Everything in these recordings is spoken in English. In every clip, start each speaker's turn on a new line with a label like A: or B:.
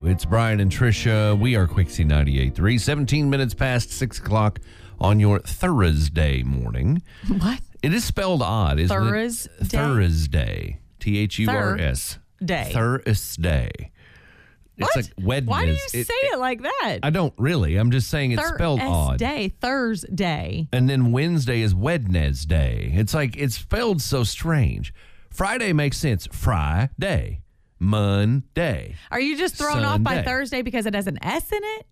A: It's Brian and Trisha. We are Quixie 98.3, 17 minutes past 6 o'clock on your Thursday morning.
B: What?
A: It is spelled odd, isn't
B: Thursday?
A: it? Thursday. T H U R S.
B: Day.
A: Thursday. It's
B: What?
A: like Wednesday.
B: Why do you say it like that?
A: I don't really. I'm just saying it's spelled odd.
B: Thursday. Thursday.
A: and then Wednesday is Wednesday. It's like it's spelled so strange. Friday makes sense. Friday, Monday.
B: Are you just thrown off by
A: Sunday.
B: Thursday because it has an S in it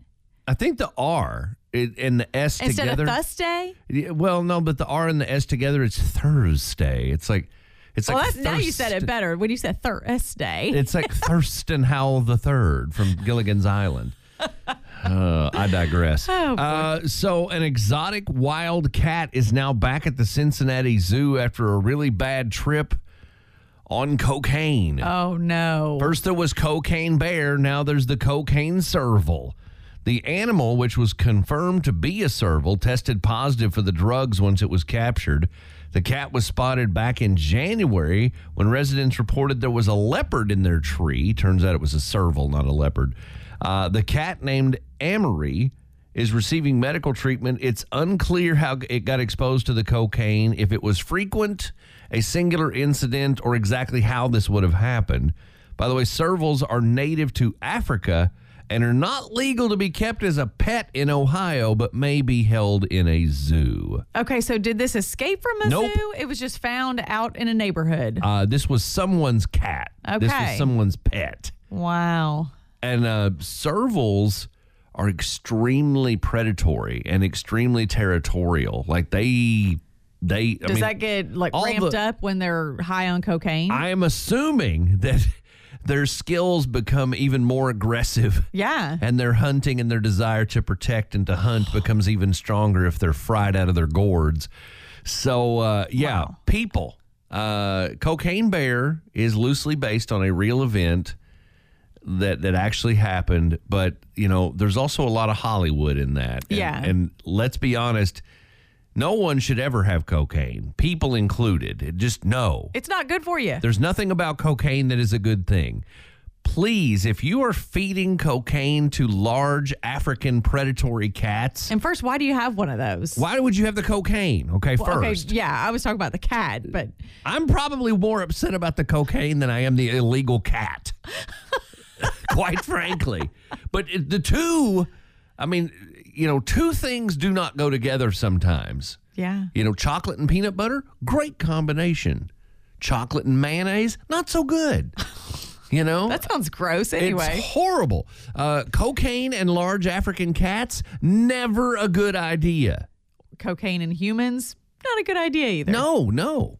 A: I think the R it- and the S
B: instead
A: together.
B: of Thursday?
A: Yeah, well, no, but the R and the S together, it's Thursday. It's like it's
B: Well,
A: like
B: Oh, that's, now you said
A: Thurston-
B: it better when you said Thursday.
A: It's like Thurston Howell the Third from Gilligan's Island. Uh, I digress.
B: Oh,
A: uh, so, an exotic wild cat is now back at the Cincinnati Zoo after a really bad trip on cocaine.
B: Oh no!
A: First, there was cocaine bear. Now there's the cocaine serval. The animal, which was confirmed to be a serval, tested positive for the drugs once it was captured. The cat was spotted back in January when residents reported there was a leopard in their tree. Turns out it was a serval, not a leopard. Uh, the cat named Amory is receiving medical treatment. It's unclear how it got exposed to the cocaine, if it was frequent, a singular incident, or exactly how this would have happened. By the way, servals are native to Africa and are not legal to be kept as a pet in Ohio, but may be held in a zoo.
B: Okay, so did this escape from a
A: Nope.
B: zoo? It was just found out in a neighborhood.
A: Uh, this was someone's cat. This was
B: Okay.
A: someone's pet.
B: wow.
A: And uh, servals are extremely predatory and extremely territorial. Like they, they.
B: Does that get like
A: all
B: ramped
A: the-
B: up when they're high on cocaine?
A: I am assuming that their skills become even more aggressive.
B: yeah.
A: And their hunting and their desire to protect and to hunt becomes even stronger if they're fried out of their gourds. So, uh, yeah, people. Uh, Cocaine Bear is loosely based on a real event that that actually happened, but you know, there's also a lot of Hollywood in that. And-
B: Yeah.
A: and let's be honest, no one should ever have cocaine, people included. It Just no.
B: It's not good for you.
A: There's nothing about cocaine that is a good thing. Please, if you are feeding cocaine to large African predatory cats,
B: And first, why do you have one of those?
A: why would you have the cocaine? Okay,
B: Well,
A: first.
B: Okay, yeah, I was talking about the cat, but
A: I'm probably more upset about the cocaine than I am the illegal cat, quite frankly. But it- the two, I mean, you know, two things do not go together sometimes.
B: yeah.
A: You know, chocolate and peanut butter, great combination. Chocolate and mayonnaise, not so good. You know?
B: That sounds gross anyway.
A: It's horrible. Uh, cocaine and large African cats, never a good idea.
B: Cocaine in humans, not a good idea either.
A: No, no.